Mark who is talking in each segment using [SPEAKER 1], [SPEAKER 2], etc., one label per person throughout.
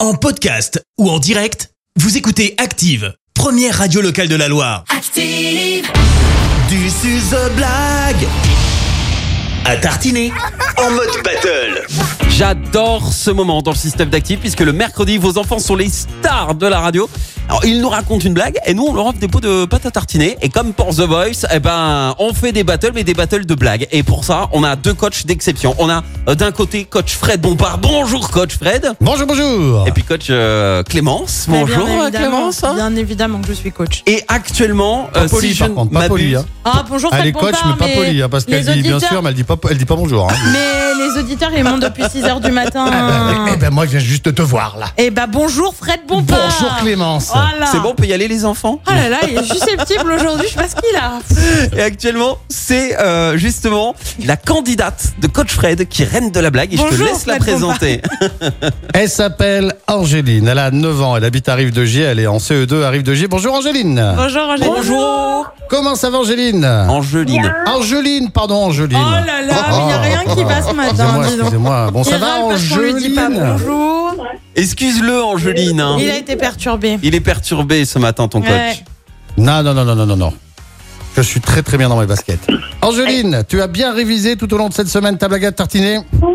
[SPEAKER 1] En podcast ou en direct, vous écoutez Active, première radio locale de la Loire.
[SPEAKER 2] Active,
[SPEAKER 1] Du suzo blague à tartiner en mode battle.
[SPEAKER 3] J'adore ce moment dans le système d'actifs puisque le mercredi, vos enfants sont les stars de la radio. Alors, ils nous racontent une blague et nous, on leur offre des pots de pâte à tartiner. Et comme pour The Voice, eh ben, on fait des battles, mais des battles de blagues. Et pour ça, on a deux coachs d'exception. On a euh, d'un côté coach Fred Bompard. Bonjour, coach Fred.
[SPEAKER 4] Bonjour, bonjour
[SPEAKER 3] Et puis coach euh, Clémence.
[SPEAKER 5] Mais Bah,
[SPEAKER 3] Bonjour,
[SPEAKER 5] bien
[SPEAKER 3] euh,
[SPEAKER 5] évidemment,
[SPEAKER 3] Clémence.
[SPEAKER 5] Bien évidemment que je suis coach.
[SPEAKER 3] Et actuellement,
[SPEAKER 4] Pas
[SPEAKER 3] euh,
[SPEAKER 4] poli,
[SPEAKER 3] si je
[SPEAKER 4] par
[SPEAKER 3] ne
[SPEAKER 4] contre, pas poli.
[SPEAKER 3] m'abuse-
[SPEAKER 4] hein.
[SPEAKER 5] Ah bonjour
[SPEAKER 4] Elle est
[SPEAKER 5] Fred
[SPEAKER 4] coach, mais
[SPEAKER 5] Bompard,
[SPEAKER 4] pas polie, hein, parce
[SPEAKER 5] les
[SPEAKER 4] qu'elle dit bien
[SPEAKER 5] auditeurs-
[SPEAKER 4] sûr, mais elle dit pas, elle dit pas bonjour. hein.
[SPEAKER 5] Mais les auditeurs ils montent depuis 6h du
[SPEAKER 4] Eh
[SPEAKER 5] matin.
[SPEAKER 4] ben, moi, je viens juste de te voir, là.
[SPEAKER 5] Et bah bonjour Fred Bompard.
[SPEAKER 4] Bonjour, Clémence
[SPEAKER 5] Voilà.
[SPEAKER 3] C'est bon, on peut y aller les enfants
[SPEAKER 5] Oh là là, il est susceptible aujourd'hui, je sais pas ce qu'il a.
[SPEAKER 3] Et actuellement, c'est euh, justement la candidate de Coach Fred qui est reine de la blague. Et je te
[SPEAKER 5] Bonjour,
[SPEAKER 3] laisse la
[SPEAKER 5] Fred Bompard.
[SPEAKER 3] présenter.
[SPEAKER 4] Elle s'appelle Angéline, elle a 9 ans, elle habite à Rive de Gier, elle est en CE2 à Rive de Gier. Bonjour, Angéline
[SPEAKER 5] Bonjour Angélique.
[SPEAKER 3] Bonjour
[SPEAKER 4] Comment ça va, Angéline
[SPEAKER 3] Angeline.
[SPEAKER 4] Angeline, pardon, Angeline
[SPEAKER 5] Oh là là, il n'y a rien qui va ce matin,
[SPEAKER 4] Excusez-moi,
[SPEAKER 5] dis donc.
[SPEAKER 4] excusez-moi. Bon, ça
[SPEAKER 5] il
[SPEAKER 4] va,
[SPEAKER 5] râle parce qu'on lui dit pas
[SPEAKER 4] Angeline
[SPEAKER 5] bonjour.
[SPEAKER 3] Excuse-le Angeline. hein.
[SPEAKER 5] Il a été perturbé.
[SPEAKER 3] Il est perturbé ce matin ton coach.
[SPEAKER 5] Ouais.
[SPEAKER 4] Non, non, non, non, non, non, non. Je suis très, très bien dans mes baskets. Angeline, tu as bien révisé tout au long de cette semaine ta blague à tartiner Oui.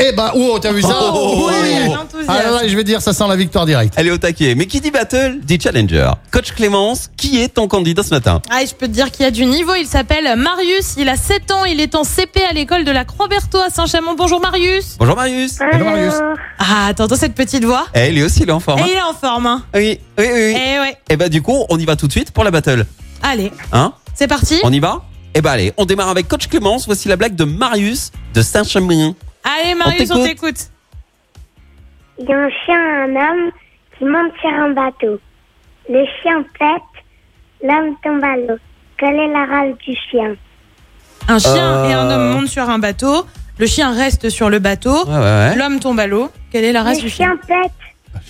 [SPEAKER 4] Eh ben, oh, t'as vu ça
[SPEAKER 3] Oh,
[SPEAKER 5] Oui, il y a de
[SPEAKER 3] oh.
[SPEAKER 5] l'enthousiasme.
[SPEAKER 4] Ah là là, je vais dire, ça sent la victoire directe.
[SPEAKER 3] Elle est au taquet. Mais qui dit battle dit challenger. Coach Clémence, qui est ton candidat ce matin
[SPEAKER 5] Ah, et je peux te dire qu'il y a du niveau. Il s'appelle Marius. Il a 7 ans. Il est en CP à l'école de la Croix-Berthaud à Saint-Chamond. Bonjour Marius.
[SPEAKER 3] Bonjour Marius.
[SPEAKER 4] Hello, Marius.
[SPEAKER 5] Ah, t'entends cette petite voix
[SPEAKER 3] Eh, il est aussi là en
[SPEAKER 5] Et
[SPEAKER 3] forme.
[SPEAKER 5] il est en forme, hein
[SPEAKER 3] Oui, oui, oui.
[SPEAKER 5] Eh
[SPEAKER 3] oui.
[SPEAKER 5] ouais.
[SPEAKER 3] Eh ben du coup, on y va tout de suite pour la battle.
[SPEAKER 5] Allez,
[SPEAKER 3] Hein
[SPEAKER 5] c'est parti.
[SPEAKER 3] On y va Eh ben allez, on démarre avec Coach Clémence. Voici la blague de Marius de Saint-Chemin.
[SPEAKER 5] Allez, Marius,
[SPEAKER 3] On
[SPEAKER 5] on t'écoute.
[SPEAKER 3] t'écoute.
[SPEAKER 6] Il y a un chien et un homme qui montent sur un bateau. Le chien pète, l'homme tombe à l'eau. Quelle est la race du chien
[SPEAKER 5] Un chien
[SPEAKER 3] Euh.
[SPEAKER 5] et un homme montent sur un bateau. Le chien reste sur le bateau.
[SPEAKER 3] Ouais, ouais, ouais.
[SPEAKER 5] L'homme tombe à l'eau. Quelle est la race
[SPEAKER 6] Le
[SPEAKER 5] du chien
[SPEAKER 6] chien pète,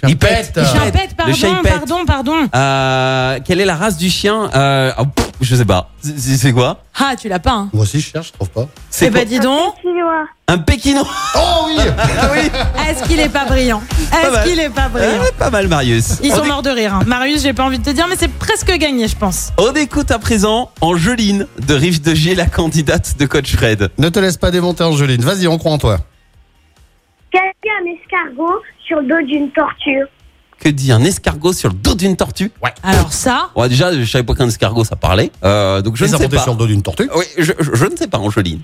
[SPEAKER 3] Il pète.
[SPEAKER 4] euh,
[SPEAKER 5] Le
[SPEAKER 3] Le
[SPEAKER 5] chien
[SPEAKER 3] chien
[SPEAKER 5] pète, pardon,
[SPEAKER 3] il pète.
[SPEAKER 5] pardon, pardon.
[SPEAKER 3] Euh, quelle est la race du chien euh, ah, pff, Je sais pas. C'est- C'est c'est quoi
[SPEAKER 5] Ah, tu l'as pas, hein
[SPEAKER 4] Moi aussi, je cherche, je trouve pas.
[SPEAKER 3] C'est
[SPEAKER 5] Eh ben,
[SPEAKER 3] quoi
[SPEAKER 5] dis donc,
[SPEAKER 6] chinois.
[SPEAKER 3] Un pékinois.
[SPEAKER 4] Oh oui
[SPEAKER 3] Ah oui.
[SPEAKER 5] est-ce qu'il est pas brillant
[SPEAKER 3] mal.
[SPEAKER 5] Est-ce qu'il est pas brillant
[SPEAKER 3] Ah, pas mal, Marius.
[SPEAKER 5] Ils
[SPEAKER 3] on,
[SPEAKER 5] sont
[SPEAKER 3] éc-
[SPEAKER 5] morts de rire. hein. Marius, j'ai pas envie de te dire, mais c'est presque gagné, je pense.
[SPEAKER 3] on écoute à présent Angeline de Rive de Gier, la candidate de Coach Fred.
[SPEAKER 4] Ne te laisse pas démonter, Angeline. Vas-y, on croit en toi.
[SPEAKER 6] Quel est un escargot sur le dos d'une tortue
[SPEAKER 3] Que dit un escargot sur le dos d'une tortue Ouais.
[SPEAKER 5] Alors ça,
[SPEAKER 3] Ouais, déjà, je savais pas qu'un escargot ça parlait. Euh, donc je
[SPEAKER 4] Et
[SPEAKER 3] ne
[SPEAKER 4] ça
[SPEAKER 3] sais
[SPEAKER 4] montait
[SPEAKER 3] pas.
[SPEAKER 4] sur le dos d'une tortue.
[SPEAKER 3] Oui, je, je- je ne sais pas, Angeline.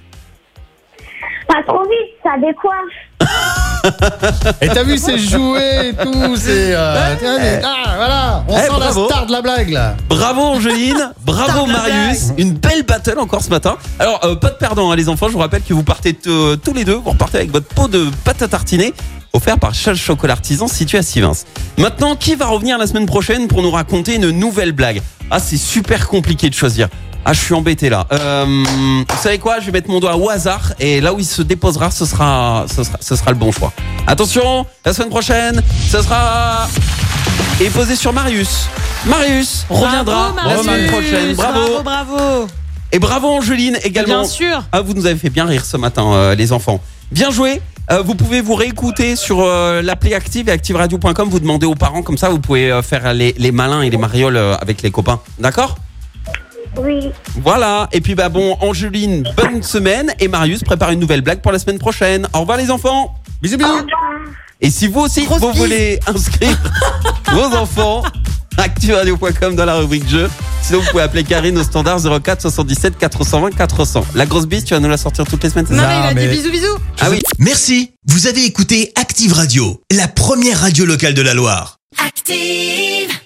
[SPEAKER 6] Pas trop vite, ça décoiffe.
[SPEAKER 4] Et t'as vu, c'est joué et tout. C'est. euh, tiens, mais- Ah, voilà. On
[SPEAKER 3] Eh,
[SPEAKER 4] sent
[SPEAKER 3] bravo.
[SPEAKER 4] la star de la blague, là.
[SPEAKER 3] Bravo Angeline,
[SPEAKER 5] Star
[SPEAKER 3] bravo
[SPEAKER 5] de la
[SPEAKER 3] Marius, une belle battle encore ce matin. Alors euh, pas de perdant hein, les enfants, je vous rappelle que vous partez t- euh, tous les deux, vous repartez avec votre pot de pâte à tartiner offert par Charles Chocolat Artisan situé à Sivins. Maintenant, qui va revenir la semaine prochaine pour nous raconter une nouvelle blague Ah c'est super compliqué de choisir. Ah je suis embêté là. Euh, vous savez quoi Je vais mettre mon doigt au hasard et là où il se déposera, ce sera, ce sera, ce sera le bon choix. Attention, la semaine prochaine, ce sera et posé sur Marius. Marius reviendra
[SPEAKER 5] bravo,
[SPEAKER 3] la
[SPEAKER 5] Marius.
[SPEAKER 3] semaine prochaine. Bravo.
[SPEAKER 5] bravo, bravo.
[SPEAKER 3] Et bravo Angeline également.
[SPEAKER 5] Bien sûr.
[SPEAKER 3] Ah, vous nous avez fait bien rire ce matin, euh, les enfants. Bien joué. Euh, vous pouvez vous réécouter sur euh, l'appli Active et activeradio.com. Vous demandez aux parents comme ça, vous pouvez euh, faire les, les malins et les marioles euh, avec les copains. D'accord
[SPEAKER 6] Oui.
[SPEAKER 3] Voilà. Et puis bah bon, Angeline, bonne semaine. Et Marius prépare une nouvelle blague pour la semaine prochaine. Au revoir les enfants.
[SPEAKER 4] Bisous,
[SPEAKER 5] Ah.
[SPEAKER 4] bisous.
[SPEAKER 3] Et si vous aussi,
[SPEAKER 5] Grosse
[SPEAKER 3] vous
[SPEAKER 5] bise.
[SPEAKER 3] voulez inscrire vos enfants, activeradio.com dans la rubrique jeu. Sinon, vous pouvez appeler Karine au standard 04 77 420 400. La grosse bise, tu vas nous la sortir toutes les semaines, c'est
[SPEAKER 5] Non,
[SPEAKER 3] ça
[SPEAKER 5] mais il a
[SPEAKER 4] mais-
[SPEAKER 5] dit bisous, bisous.
[SPEAKER 3] Ah oui.
[SPEAKER 1] Merci, vous avez écouté Active Radio, la première radio locale de la Loire.
[SPEAKER 2] active.